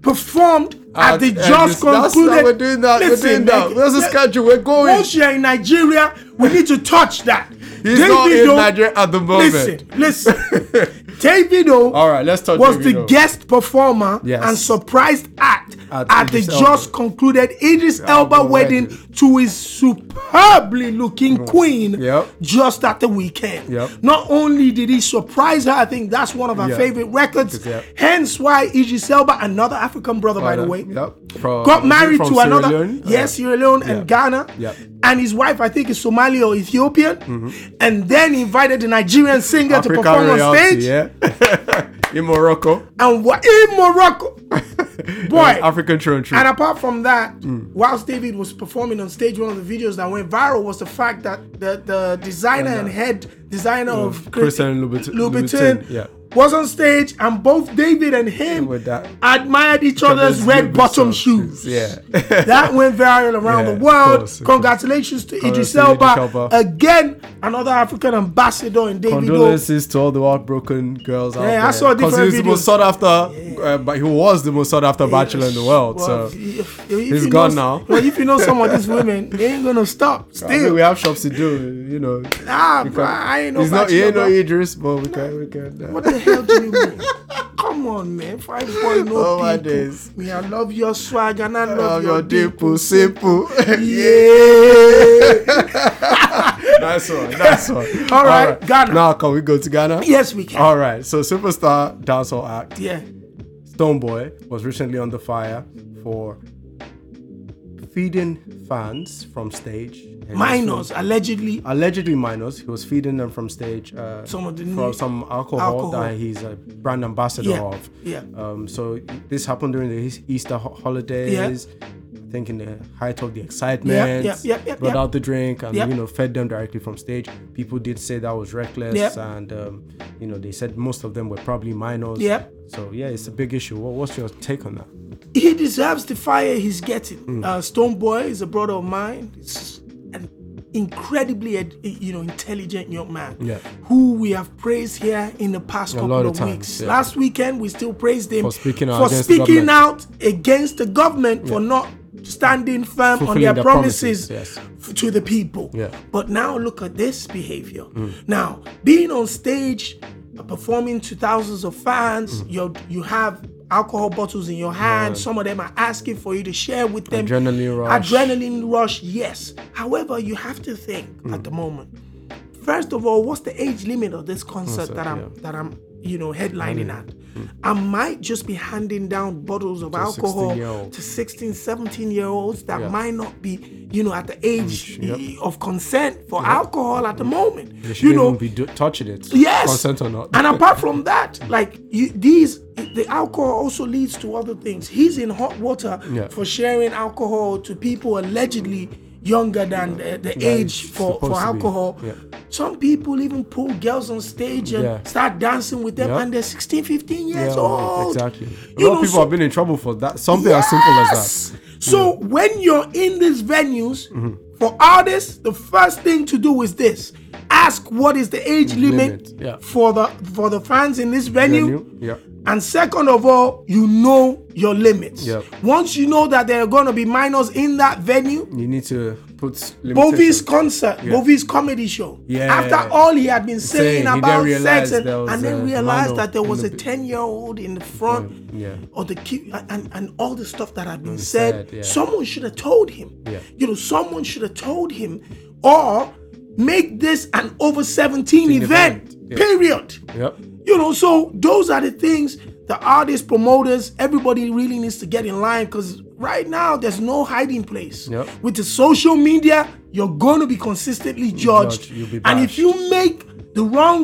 Speaker 1: performed at,
Speaker 2: At-
Speaker 1: the
Speaker 2: at this-
Speaker 1: just
Speaker 2: that's how
Speaker 1: concluded.
Speaker 2: we're doing that, we're doing that.
Speaker 1: man,
Speaker 2: There's a
Speaker 1: let-
Speaker 2: schedule, we're going.
Speaker 1: Once you're in Nigeria, we need to touch that.
Speaker 2: He's not in
Speaker 1: O-
Speaker 2: Nigeria at the moment.
Speaker 1: Listen, listen.
Speaker 2: <laughs>
Speaker 1: David O.
Speaker 2: All right, let's touch
Speaker 1: Was
Speaker 2: David
Speaker 1: the
Speaker 2: O.
Speaker 1: guest performer
Speaker 2: Yes.
Speaker 1: and surprise act
Speaker 2: At
Speaker 1: at,
Speaker 2: Idris
Speaker 1: the
Speaker 2: Elba.
Speaker 1: just concluded Idris
Speaker 2: Elba
Speaker 1: Elba, wedding
Speaker 2: wedding. Mm.
Speaker 1: to his superbly looking queen
Speaker 2: Yep.
Speaker 1: just at the weekend.
Speaker 2: Yep.
Speaker 1: Not only did he surprise her, I think that's one of her
Speaker 2: Yeah.
Speaker 1: favorite records.
Speaker 2: Yep.
Speaker 1: Hence why Idris Elba, another African brother, by the way,
Speaker 2: Yep. From-
Speaker 1: got married
Speaker 2: Oh,
Speaker 1: to
Speaker 2: from Sierra
Speaker 1: another.
Speaker 2: Leone?
Speaker 1: Yes, Sierra Leone and Ghana.
Speaker 2: Yep.
Speaker 1: And his wife, I think, is Somali or Ethiopian. And then invited the Nigerian singer to
Speaker 2: Mm-hmm. African
Speaker 1: perform on
Speaker 2: royalty,
Speaker 1: stage.
Speaker 2: yeah. <laughs> in Morocco.
Speaker 1: And what in
Speaker 2: <laughs>
Speaker 1: Morocco. Boy.
Speaker 2: African throne
Speaker 1: And
Speaker 2: tree.
Speaker 1: apart from that,
Speaker 2: Hmm.
Speaker 1: whilst David was performing on stage, one of the videos that went viral was the
Speaker 2: uh,
Speaker 1: fact that the, the designer and head designer of
Speaker 2: Christian Louboutin-
Speaker 1: Louboutin
Speaker 2: Louboutin, yeah.
Speaker 1: was on stage, and both David and him
Speaker 2: With that-
Speaker 1: admired each other's
Speaker 2: Those
Speaker 1: red
Speaker 2: Ruby
Speaker 1: bottom
Speaker 2: socks,
Speaker 1: shoes.
Speaker 2: Yeah.
Speaker 1: <laughs> that went viral around
Speaker 2: Yeah,
Speaker 1: the
Speaker 2: of
Speaker 1: world.
Speaker 2: course, of course.
Speaker 1: Congratulations to Idris
Speaker 2: Congrats to Idris
Speaker 1: Elba.
Speaker 2: Elba.
Speaker 1: Again, another African ambassador in David O.
Speaker 2: Condolences to all the heartbroken girls out
Speaker 1: Yeah, I
Speaker 2: there.
Speaker 1: saw
Speaker 2: Because
Speaker 1: different
Speaker 2: he was the most
Speaker 1: videos.
Speaker 2: sought after, uh, but he was the most sought after bachelor in the world.
Speaker 1: Well,
Speaker 2: so
Speaker 1: if- if
Speaker 2: he's
Speaker 1: you
Speaker 2: gone
Speaker 1: know-
Speaker 2: now.
Speaker 1: Well, if you know some of these
Speaker 2: <laughs>
Speaker 1: women, they ain't gonna stop.
Speaker 2: I mean,
Speaker 1: Still,
Speaker 2: we have shops to do, you know.
Speaker 1: ah,
Speaker 2: We
Speaker 1: bruh,
Speaker 2: can't-
Speaker 1: I ain't no
Speaker 2: he's not, he
Speaker 1: bachelor,
Speaker 2: ain't no
Speaker 1: bruh.
Speaker 2: Idris, but we can, we can. uh,
Speaker 1: What the hell do you mean? <laughs> Come on, man. Five point no
Speaker 2: <laughs> Oh, my
Speaker 1: people.
Speaker 2: days.
Speaker 1: Me, I love your swag and I love,
Speaker 2: Love
Speaker 1: your,
Speaker 2: Oh, your dimple,
Speaker 1: people.
Speaker 2: simple.
Speaker 1: <laughs> Yeah.
Speaker 2: nice one, nice one.
Speaker 1: All right, Ghana.
Speaker 2: Now, can we go to Ghana?
Speaker 1: yes, we can.
Speaker 2: All right, so superstar dancehall act
Speaker 1: yeah.
Speaker 2: Stoneboy was recently under fire for feeding fans from stage. And he was
Speaker 1: Minors allegedly.
Speaker 2: allegedly minors. He was feeding them from stage uh,
Speaker 1: Some of the new-
Speaker 2: from some alcohol,
Speaker 1: alcohol.
Speaker 2: that he's a brand ambassador
Speaker 1: Yeah,
Speaker 2: of.
Speaker 1: yeah.
Speaker 2: Um, so this happened during the his- Easter ho- holidays. I think in the height of the excitement,
Speaker 1: yeah, yeah, yeah,
Speaker 2: brought
Speaker 1: yeah.
Speaker 2: out the drink and
Speaker 1: Yeah.
Speaker 2: you know fed them directly from stage. People did say that was reckless,
Speaker 1: Yeah.
Speaker 2: and um, you know they said most of them were probably minors.
Speaker 1: Yeah.
Speaker 2: So yeah, it's a big issue. What, what's your take on that?
Speaker 1: He deserves the fire he's getting.
Speaker 2: Mm.
Speaker 1: Uh, Stone Boy is a brother of mine. It's an incredibly, ed- you know, intelligent young man
Speaker 2: Yeah.
Speaker 1: who we have praised here in the past couple
Speaker 2: lot
Speaker 1: of,
Speaker 2: of times,
Speaker 1: weeks.
Speaker 2: yeah.
Speaker 1: Last weekend, we still praised him
Speaker 2: For speaking out
Speaker 1: for
Speaker 2: against the
Speaker 1: speaking
Speaker 2: government.
Speaker 1: out against the government for not standing firm on
Speaker 2: Fulfilling
Speaker 1: their
Speaker 2: their
Speaker 1: promises,
Speaker 2: promises, yes.
Speaker 1: f- to the people.
Speaker 2: Yeah.
Speaker 1: But now look at this behavior. Now, being on stage, uh, performing to thousands of fans,
Speaker 2: Mm.
Speaker 1: you you have alcohol bottles in your hand. Some of them are asking for you to share with them.
Speaker 2: Adrenaline rush.
Speaker 1: Adrenaline rush, yes. However, you have to think
Speaker 2: Mm.
Speaker 1: at the moment. First of all, what's the age limit of this concert, that I'm
Speaker 2: yeah. Mm.
Speaker 1: that I'm you know headlining at? I might just be handing down bottles of alcohol
Speaker 2: 16-year-old.
Speaker 1: to 16, 17 year olds that
Speaker 2: Yeah.
Speaker 1: might not be, you know, at the age
Speaker 2: yep.
Speaker 1: eh, of consent for alcohol at the moment.
Speaker 2: They
Speaker 1: you
Speaker 2: shouldn't
Speaker 1: know,
Speaker 2: even be do- touching it.
Speaker 1: yes.
Speaker 2: Consent or not.
Speaker 1: And apart from that, like you, these, the alcohol also leads to other things. He's in hot water
Speaker 2: Yeah.
Speaker 1: for sharing alcohol to people allegedly younger than the, the age
Speaker 2: it's
Speaker 1: for, for
Speaker 2: supposed to be.
Speaker 1: alcohol.
Speaker 2: Yeah.
Speaker 1: Some people even pull girls on stage and
Speaker 2: Yeah.
Speaker 1: start dancing with them,
Speaker 2: Yeah.
Speaker 1: and they're 16, 15 years
Speaker 2: Yeah,
Speaker 1: old.
Speaker 2: exactly. A
Speaker 1: You know,
Speaker 2: lot of people
Speaker 1: so-
Speaker 2: have been in trouble for that. Something as simple as that.
Speaker 1: Yes! So when you're in these venues,
Speaker 2: Mm-hmm.
Speaker 1: for artists, the first thing to do is this: ask what is the age limit,
Speaker 2: Limit, yeah.
Speaker 1: for the for the fans in this venue.
Speaker 2: Venue, yeah.
Speaker 1: And second of all, you know your limits.
Speaker 2: Yep.
Speaker 1: Once you know that there are going to be minors in that venue,
Speaker 2: You need to put
Speaker 1: Bovi's
Speaker 2: limitations.
Speaker 1: concert, Bovi's comedy show.
Speaker 2: Yeah.
Speaker 1: After all he had been saying
Speaker 2: Saying, he
Speaker 1: about sex,
Speaker 2: then realized
Speaker 1: and,
Speaker 2: there was
Speaker 1: and then
Speaker 2: a
Speaker 1: realized
Speaker 2: man
Speaker 1: that there
Speaker 2: on
Speaker 1: was
Speaker 2: the
Speaker 1: a
Speaker 2: bi-
Speaker 1: ten-year-old in the front,
Speaker 2: Yeah.
Speaker 1: or the kid, and and all the stuff that had been said.
Speaker 2: said, yeah.
Speaker 1: Someone should have told him.
Speaker 2: Yeah.
Speaker 1: You know, someone should have told him, or make this an over seventeen event.
Speaker 2: event, yeah.
Speaker 1: Period.
Speaker 2: Yep.
Speaker 1: You know, so those are the things the artists, promoters, everybody really needs to get in line because right now there's no hiding place.
Speaker 2: Yep.
Speaker 1: With the social media, you're going to be consistently judged.
Speaker 2: Judged, you'll be
Speaker 1: and if
Speaker 2: bashed.
Speaker 1: you make the wrong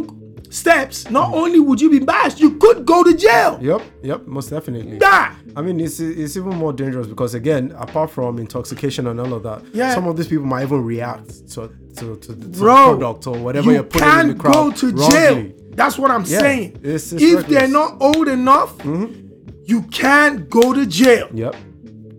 Speaker 1: steps, not only would you be bashed, you could go to jail.
Speaker 2: Yep. Yep. Most definitely.
Speaker 1: Die.
Speaker 2: I mean, it's it's even more dangerous because again, apart from intoxication and all of that,
Speaker 1: Yeah.
Speaker 2: some of these people might even react to to, to, to the
Speaker 1: Bro,
Speaker 2: product or whatever
Speaker 1: you
Speaker 2: are putting in the
Speaker 1: can't
Speaker 2: crowd.
Speaker 1: go to
Speaker 2: wrongly.
Speaker 1: jail. That's what I'm
Speaker 2: Yeah,
Speaker 1: saying.
Speaker 2: it's- it's
Speaker 1: if
Speaker 2: reckless. Mm-hmm.
Speaker 1: they're not old enough, you can't go to jail.
Speaker 2: Yep.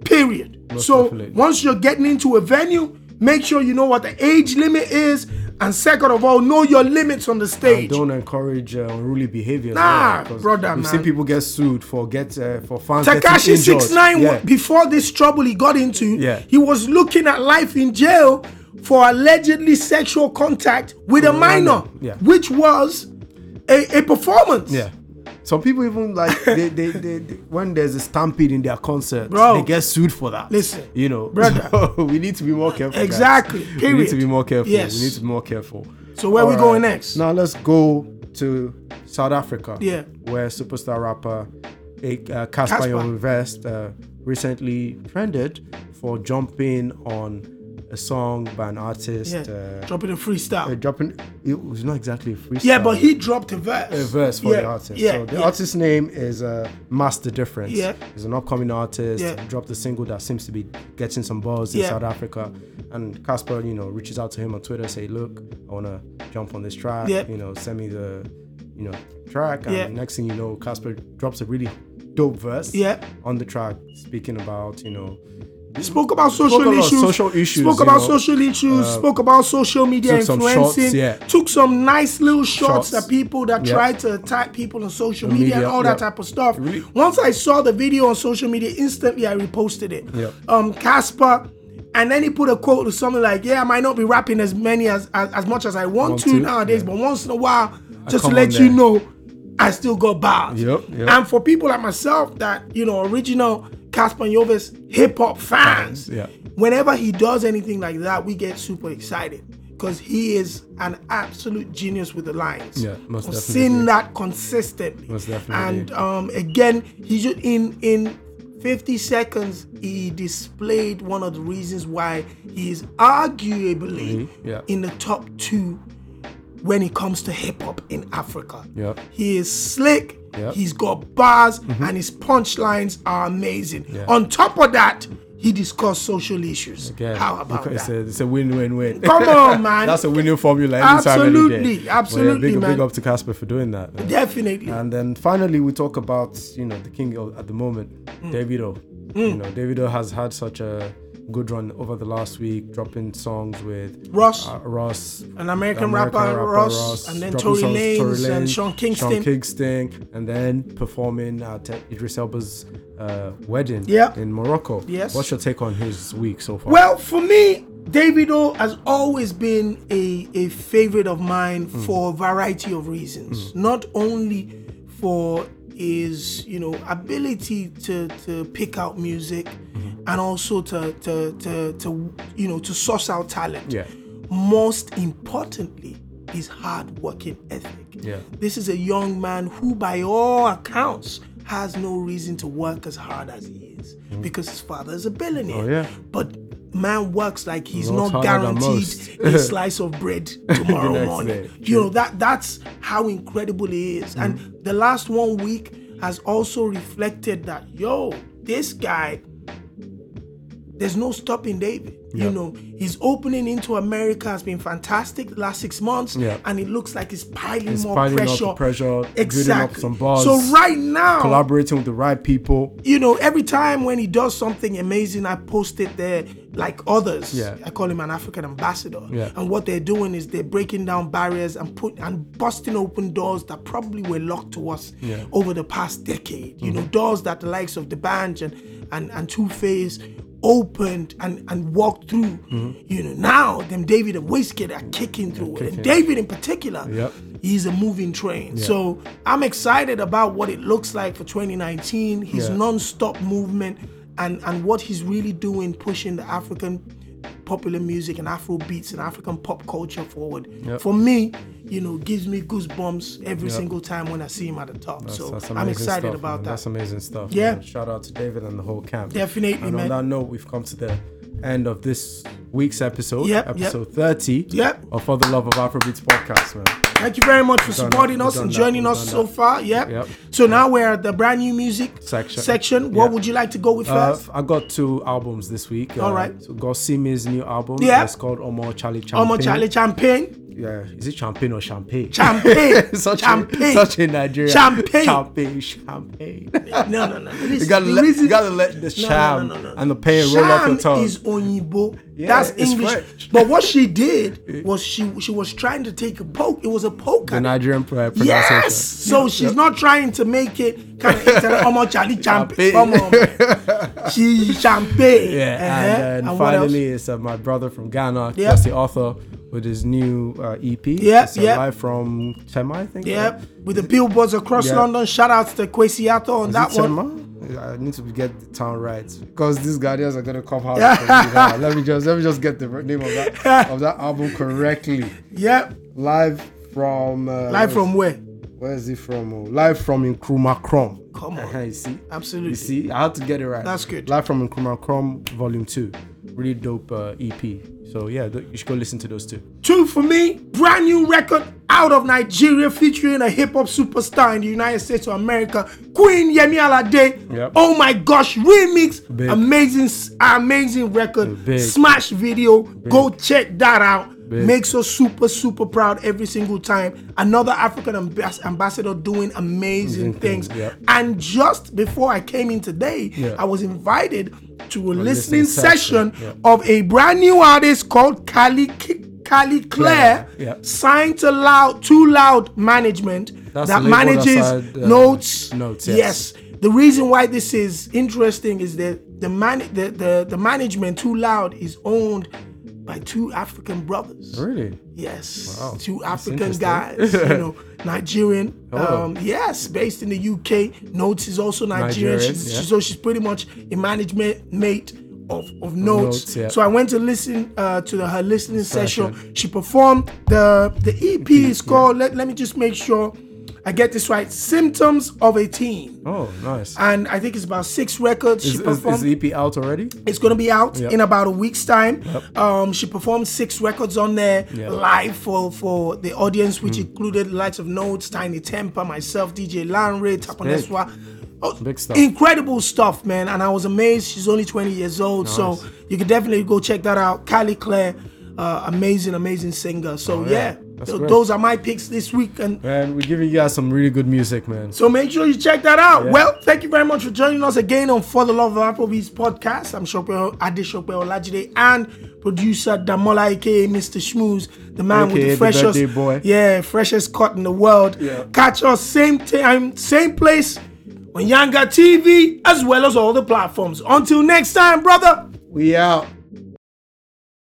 Speaker 1: period. so
Speaker 2: definitely.
Speaker 1: once you're getting into a venue, make sure you know what the age limit is, and second of all, know your limits on the
Speaker 2: And
Speaker 1: stage.
Speaker 2: don't encourage uh, unruly behavior. as
Speaker 1: Nah,
Speaker 2: well, 'cause
Speaker 1: brother,
Speaker 2: We've seen
Speaker 1: man.
Speaker 2: people get sued for get uh, for fans. getting
Speaker 1: Takashi
Speaker 2: injured.
Speaker 1: six nine
Speaker 2: Yeah.
Speaker 1: before this trouble he got into,
Speaker 2: Yeah.
Speaker 1: he was looking at life in jail for allegedly sexual contact with a minor,
Speaker 2: yeah.
Speaker 1: which was a, a performance.
Speaker 2: Yeah. Some people even
Speaker 1: <laughs>
Speaker 2: like they, they, they, they- when there's a stampede in their concert,
Speaker 1: Bro.
Speaker 2: they get sued for that.
Speaker 1: Listen,
Speaker 2: you know,
Speaker 1: brother.
Speaker 2: <laughs> so we need to be more careful. guys.
Speaker 1: Exactly,
Speaker 2: We need
Speaker 1: period.
Speaker 2: to be more careful.
Speaker 1: Yes.
Speaker 2: We need to be more careful.
Speaker 1: So where we
Speaker 2: Alright.
Speaker 1: going next?
Speaker 2: Now let's go to South Africa.
Speaker 1: Yeah.
Speaker 2: Where superstar rapper eh, uh,
Speaker 1: Casper.
Speaker 2: Casper Invest uh, recently trended for jumping on a song by an artist.
Speaker 1: Yeah.
Speaker 2: Uh,
Speaker 1: Dropping a freestyle.
Speaker 2: uh, dropping it was not exactly a freestyle
Speaker 1: yeah, but he dropped a verse.
Speaker 2: uh, a verse for
Speaker 1: yeah,
Speaker 2: the artist.
Speaker 1: Yeah,
Speaker 2: so the
Speaker 1: yeah.
Speaker 2: artist's name is uh, Master Difference.
Speaker 1: Yeah.
Speaker 2: He's an upcoming artist.
Speaker 1: Yeah.
Speaker 2: Dropped a single that seems to be getting some buzz in
Speaker 1: Yeah.
Speaker 2: South Africa. And Casper, you know, reaches out to him on Twitter, say, look, I wanna jump on this track.
Speaker 1: Yeah.
Speaker 2: You know, send me the you know, track. And
Speaker 1: Yeah.
Speaker 2: next thing you know, Casper drops a really dope verse
Speaker 1: Yeah.
Speaker 2: on the track speaking about, you know,
Speaker 1: Spoke about social
Speaker 2: about
Speaker 1: issues.
Speaker 2: social issues,
Speaker 1: Spoke
Speaker 2: you
Speaker 1: about
Speaker 2: know. Uh,
Speaker 1: social issues. spoke about social media
Speaker 2: took some
Speaker 1: influencing.
Speaker 2: shots, yeah.
Speaker 1: Took some nice little shots,
Speaker 2: Shots.
Speaker 1: at people that
Speaker 2: Yeah.
Speaker 1: tried to attack people on social
Speaker 2: On
Speaker 1: media, and
Speaker 2: media,
Speaker 1: all that
Speaker 2: yeah.
Speaker 1: type of stuff.
Speaker 2: Really-
Speaker 1: Once I saw the video on social media, instantly I reposted it.
Speaker 2: Yeah.
Speaker 1: Um, Casper. And then he put a quote or something like, "Yeah, I might not be rapping as many as as, as much as I want,
Speaker 2: Want
Speaker 1: to,
Speaker 2: to,
Speaker 1: nowadays, but once in a while, just to
Speaker 2: come
Speaker 1: let
Speaker 2: on
Speaker 1: you
Speaker 2: there."
Speaker 1: know, I still got bars."
Speaker 2: Yep, yep.
Speaker 1: And for people like myself that, you know, original Casper and Jovis hip hop fans,
Speaker 2: Yeah.
Speaker 1: whenever he does anything like that, we get super excited because he is an absolute genius with the lines.
Speaker 2: Yeah, most
Speaker 1: I've
Speaker 2: definitely.
Speaker 1: seen that consistently.
Speaker 2: Most definitely.
Speaker 1: And um, again, he just in in 50 seconds he displayed one of the reasons why he is arguably
Speaker 2: Mm-hmm. yeah.
Speaker 1: in the top two when it comes to hip hop in Africa.
Speaker 2: Yep.
Speaker 1: He is slick.
Speaker 2: Yep.
Speaker 1: He's got bars and his punchlines are amazing.
Speaker 2: Yeah.
Speaker 1: On top of that, he discussed social issues.
Speaker 2: yeah,
Speaker 1: How about
Speaker 2: because It's
Speaker 1: that?
Speaker 2: a, it's a win win win.
Speaker 1: Come on, man.
Speaker 2: <laughs> That's a winning formula. Every Time,
Speaker 1: Absolutely,
Speaker 2: any day. But
Speaker 1: absolutely,
Speaker 2: yeah, big,
Speaker 1: man.
Speaker 2: big up to Casper for doing that.
Speaker 1: uh,
Speaker 2: man.
Speaker 1: Definitely.
Speaker 2: And then finally, we talk about you know the king of, at the moment,
Speaker 1: Mm.
Speaker 2: Davido. You know, Davido has had such a good run over the last week, dropping songs with
Speaker 1: Ross.
Speaker 2: uh, Ross,
Speaker 1: An American rapper, Ross, and then Tory
Speaker 2: dropping songs with
Speaker 1: Lanez and Sean Kingston.
Speaker 2: Sean Kingston, and then performing at uh, Idris Elba's uh, wedding
Speaker 1: Yeah.
Speaker 2: in Morocco.
Speaker 1: Yes.
Speaker 2: What's your take on his week so far?
Speaker 1: Well, for me, Davido has always been a, a favorite of mine for a variety of reasons. Not only for his, you know, ability to, to pick out music and also to, to, to, to, you know, to source out talent.
Speaker 2: Yeah.
Speaker 1: Most importantly, his hard working ethic.
Speaker 2: Yeah.
Speaker 1: This is a young man who, by all accounts, has no reason to work as hard as he is because his father is a billionaire.
Speaker 2: Mm. Oh, yeah.
Speaker 1: But man works like he's
Speaker 2: Works
Speaker 1: not
Speaker 2: harder than
Speaker 1: guaranteed
Speaker 2: most. <laughs>
Speaker 1: a slice of bread tomorrow
Speaker 2: next
Speaker 1: morning.
Speaker 2: day.
Speaker 1: You know that that's how incredible he is.
Speaker 2: Mm.
Speaker 1: And the last one week has also reflected that yo, this guy there's no stopping David. You
Speaker 2: Yeah.
Speaker 1: know, his opening into America has been fantastic the last six months,
Speaker 2: Yeah.
Speaker 1: and it looks like it's piling
Speaker 2: He's
Speaker 1: more
Speaker 2: piling up
Speaker 1: pressure.
Speaker 2: the pressure, building up
Speaker 1: exactly.
Speaker 2: some bars.
Speaker 1: So right now,
Speaker 2: collaborating with the right people.
Speaker 1: you know, every time when he does something amazing, I post it there like others.
Speaker 2: Yeah.
Speaker 1: I call him an African ambassador.
Speaker 2: Yeah.
Speaker 1: And what they're doing is they're breaking down barriers and put and busting open doors that probably were locked to us
Speaker 2: Yeah. Mm-hmm.
Speaker 1: over the past decade. You know, doors that the likes of the Banj and and, and Two Face opened and and walked through.
Speaker 2: Mm-hmm.
Speaker 1: You know, now them David and Wizkid are kicking through it. And David in particular,
Speaker 2: Yep.
Speaker 1: he's a moving train. So I'm excited about what it looks like for 2019. His
Speaker 2: Yeah.
Speaker 1: non-stop movement and and what he's really doing, pushing the African popular music and Afro beats and African pop culture forward.
Speaker 2: Yep.
Speaker 1: For me, you know, gives me goosebumps every single time when I see him at the top. so
Speaker 2: That's
Speaker 1: I'm
Speaker 2: amazing
Speaker 1: excited
Speaker 2: stuff,
Speaker 1: about
Speaker 2: man.
Speaker 1: that.
Speaker 2: That's amazing stuff.
Speaker 1: Yeah.
Speaker 2: man. Shout out to David and the whole camp.
Speaker 1: Definitely,
Speaker 2: And
Speaker 1: man.
Speaker 2: on that note, we've come to the end of this week's episode,
Speaker 1: Yep, yep.
Speaker 2: episode 30
Speaker 1: Yep.
Speaker 2: of For the Love of Afrobeats podcast, man.
Speaker 1: Thank you very much for
Speaker 2: done
Speaker 1: supporting
Speaker 2: that. We've
Speaker 1: us and
Speaker 2: done that.
Speaker 1: joining
Speaker 2: We've
Speaker 1: us
Speaker 2: done
Speaker 1: so
Speaker 2: that.
Speaker 1: far. Yep.
Speaker 2: Yep.
Speaker 1: So now we're at the brand new music
Speaker 2: Section.
Speaker 1: What
Speaker 2: Yeah.
Speaker 1: would you like to go with
Speaker 2: Uh,
Speaker 1: first?
Speaker 2: I got two albums this week. Uh,
Speaker 1: All right.
Speaker 2: So got Simi's new album.
Speaker 1: Yeah.
Speaker 2: It's called Omo Charlie Champagne.
Speaker 1: Omo Charlie Champagne.
Speaker 2: Yeah. Is it champagne or champagne?
Speaker 1: Champagne.
Speaker 2: <laughs> such,
Speaker 1: Champagne.
Speaker 2: A, such a Nigerian.
Speaker 1: Champagne.
Speaker 2: Champagne. Champagne.
Speaker 1: No, no, no.
Speaker 2: You gotta, let, you gotta let the sham and the pain roll off your tongue.
Speaker 1: is Onyibo.
Speaker 2: Yeah,
Speaker 1: That's
Speaker 2: it's
Speaker 1: English.
Speaker 2: French.
Speaker 1: But what she
Speaker 2: <laughs>
Speaker 1: did was she she was trying to take a poke. It was a poke.
Speaker 2: the
Speaker 1: at it.
Speaker 2: Nigerian pro- pronunciation.
Speaker 1: Yes. So she's not trying to make it kind of
Speaker 2: <laughs>
Speaker 1: internet. Omo Charlie Champagne.
Speaker 2: Champagne.
Speaker 1: Come on, man.
Speaker 2: <laughs>
Speaker 1: She champagne.
Speaker 2: Yeah,
Speaker 1: Uh-huh.
Speaker 2: and, then
Speaker 1: what else?
Speaker 2: finally, it's uh, my brother from Ghana,
Speaker 1: Yeah.
Speaker 2: Kirsty Arthur, with his new uh, EP.
Speaker 1: Yeah,
Speaker 2: it's uh,
Speaker 1: yeah.
Speaker 2: Live from Tema, I think.
Speaker 1: Yep, with the billboards across
Speaker 2: Yeah.
Speaker 1: London. Shout out to Kwesiato on that one.
Speaker 2: Tema? I need to get the town right because these Guardians are gonna
Speaker 1: <laughs>
Speaker 2: come out. from Ghana. let me just let me just get the name of that of that album correctly.
Speaker 1: Yep,
Speaker 2: Live from uh,
Speaker 1: live from where?
Speaker 2: where is it from? Oh, Live from Nkrumah Krom.
Speaker 1: Come on.
Speaker 2: you see,
Speaker 1: Absolutely.
Speaker 2: You see, I had to get it right.
Speaker 1: That's good.
Speaker 2: Live from Nkrumah Krom, Volume Two, really dope uh, EP. So yeah, th- you should go listen to those two.
Speaker 1: Two for me, brand new record out of Nigeria featuring a hip hop superstar in the United States of America, Queen Yemi Alade.
Speaker 2: Yep.
Speaker 1: Oh my gosh, remix,
Speaker 2: Big.
Speaker 1: amazing, amazing record,
Speaker 2: Big.
Speaker 1: smash video. Go check that out. Makes us super, super proud every single time. Another African ambas- ambassador doing amazing
Speaker 2: Amazing
Speaker 1: things.
Speaker 2: things, yeah.
Speaker 1: And just before I came in today,
Speaker 2: Yeah.
Speaker 1: I was invited to a listening
Speaker 2: listening session,
Speaker 1: session of a brand new artist called Kali Ki- Kali Claire,
Speaker 2: yeah.
Speaker 1: signed to Loud Too Loud Management
Speaker 2: That's
Speaker 1: that
Speaker 2: the label that's
Speaker 1: manages
Speaker 2: had, uh,
Speaker 1: notes.
Speaker 2: Notes,
Speaker 1: yes.
Speaker 2: yes.
Speaker 1: The reason why this is interesting is that the man the, the, the management Too Loud is owned by two African brothers.
Speaker 2: Really?
Speaker 1: Yes,
Speaker 2: Wow,
Speaker 1: two
Speaker 2: that's
Speaker 1: African
Speaker 2: interesting.
Speaker 1: guys, you know,
Speaker 2: <laughs>
Speaker 1: Nigerian.
Speaker 2: Oh.
Speaker 1: Um, yes, based in the UK. Notes is also Nigerian.
Speaker 2: Nigerian,
Speaker 1: She's,
Speaker 2: yeah.
Speaker 1: So she's pretty much a management mate of, of Notes.
Speaker 2: Notes, yeah.
Speaker 1: So I went to listen uh, to the, her listening session.
Speaker 2: Session. E
Speaker 1: She performed the the EP is called. Let, let me just make sure I get this right. Symptoms of a Teen,
Speaker 2: Oh, nice.
Speaker 1: and I think it's about six records. she
Speaker 2: Is, E is,
Speaker 1: performed.
Speaker 2: is the EP out already?
Speaker 1: It's gonna be out
Speaker 2: Yep.
Speaker 1: in about a week's time. Um, she performed six records on there
Speaker 2: Yeah.
Speaker 1: live for, for the audience, which
Speaker 2: Mm-hmm.
Speaker 1: included Lights of Notes, Tiny Temper, myself, DJ Lanre, Tapaneswa. Oh,
Speaker 2: Big stuff.
Speaker 1: Incredible stuff, man. And I was amazed. She's only 20 years old, so
Speaker 2: Nice.
Speaker 1: you can definitely go check that out. Kylie Claire, uh, amazing, amazing singer. So, yeah,
Speaker 2: Oh, yeah. That's
Speaker 1: tho-
Speaker 2: great.
Speaker 1: those are my picks this week. And
Speaker 2: Man, we're giving you guys some really good music, man.
Speaker 1: so make sure you check that out. Well, thank you very much for joining us again on For the Love of Applebee's podcast. I'm Shope Adeshope Olajide and producer Damola, aka Mr. Schmooze, the man with
Speaker 2: AKA
Speaker 1: the
Speaker 2: the
Speaker 1: freshest,
Speaker 2: birthday boy.
Speaker 1: yeah, freshest cut in the world.
Speaker 2: Yeah.
Speaker 1: Catch us same time, same place on Yanga TV as well as all the platforms. Until next time, brother.
Speaker 2: We out.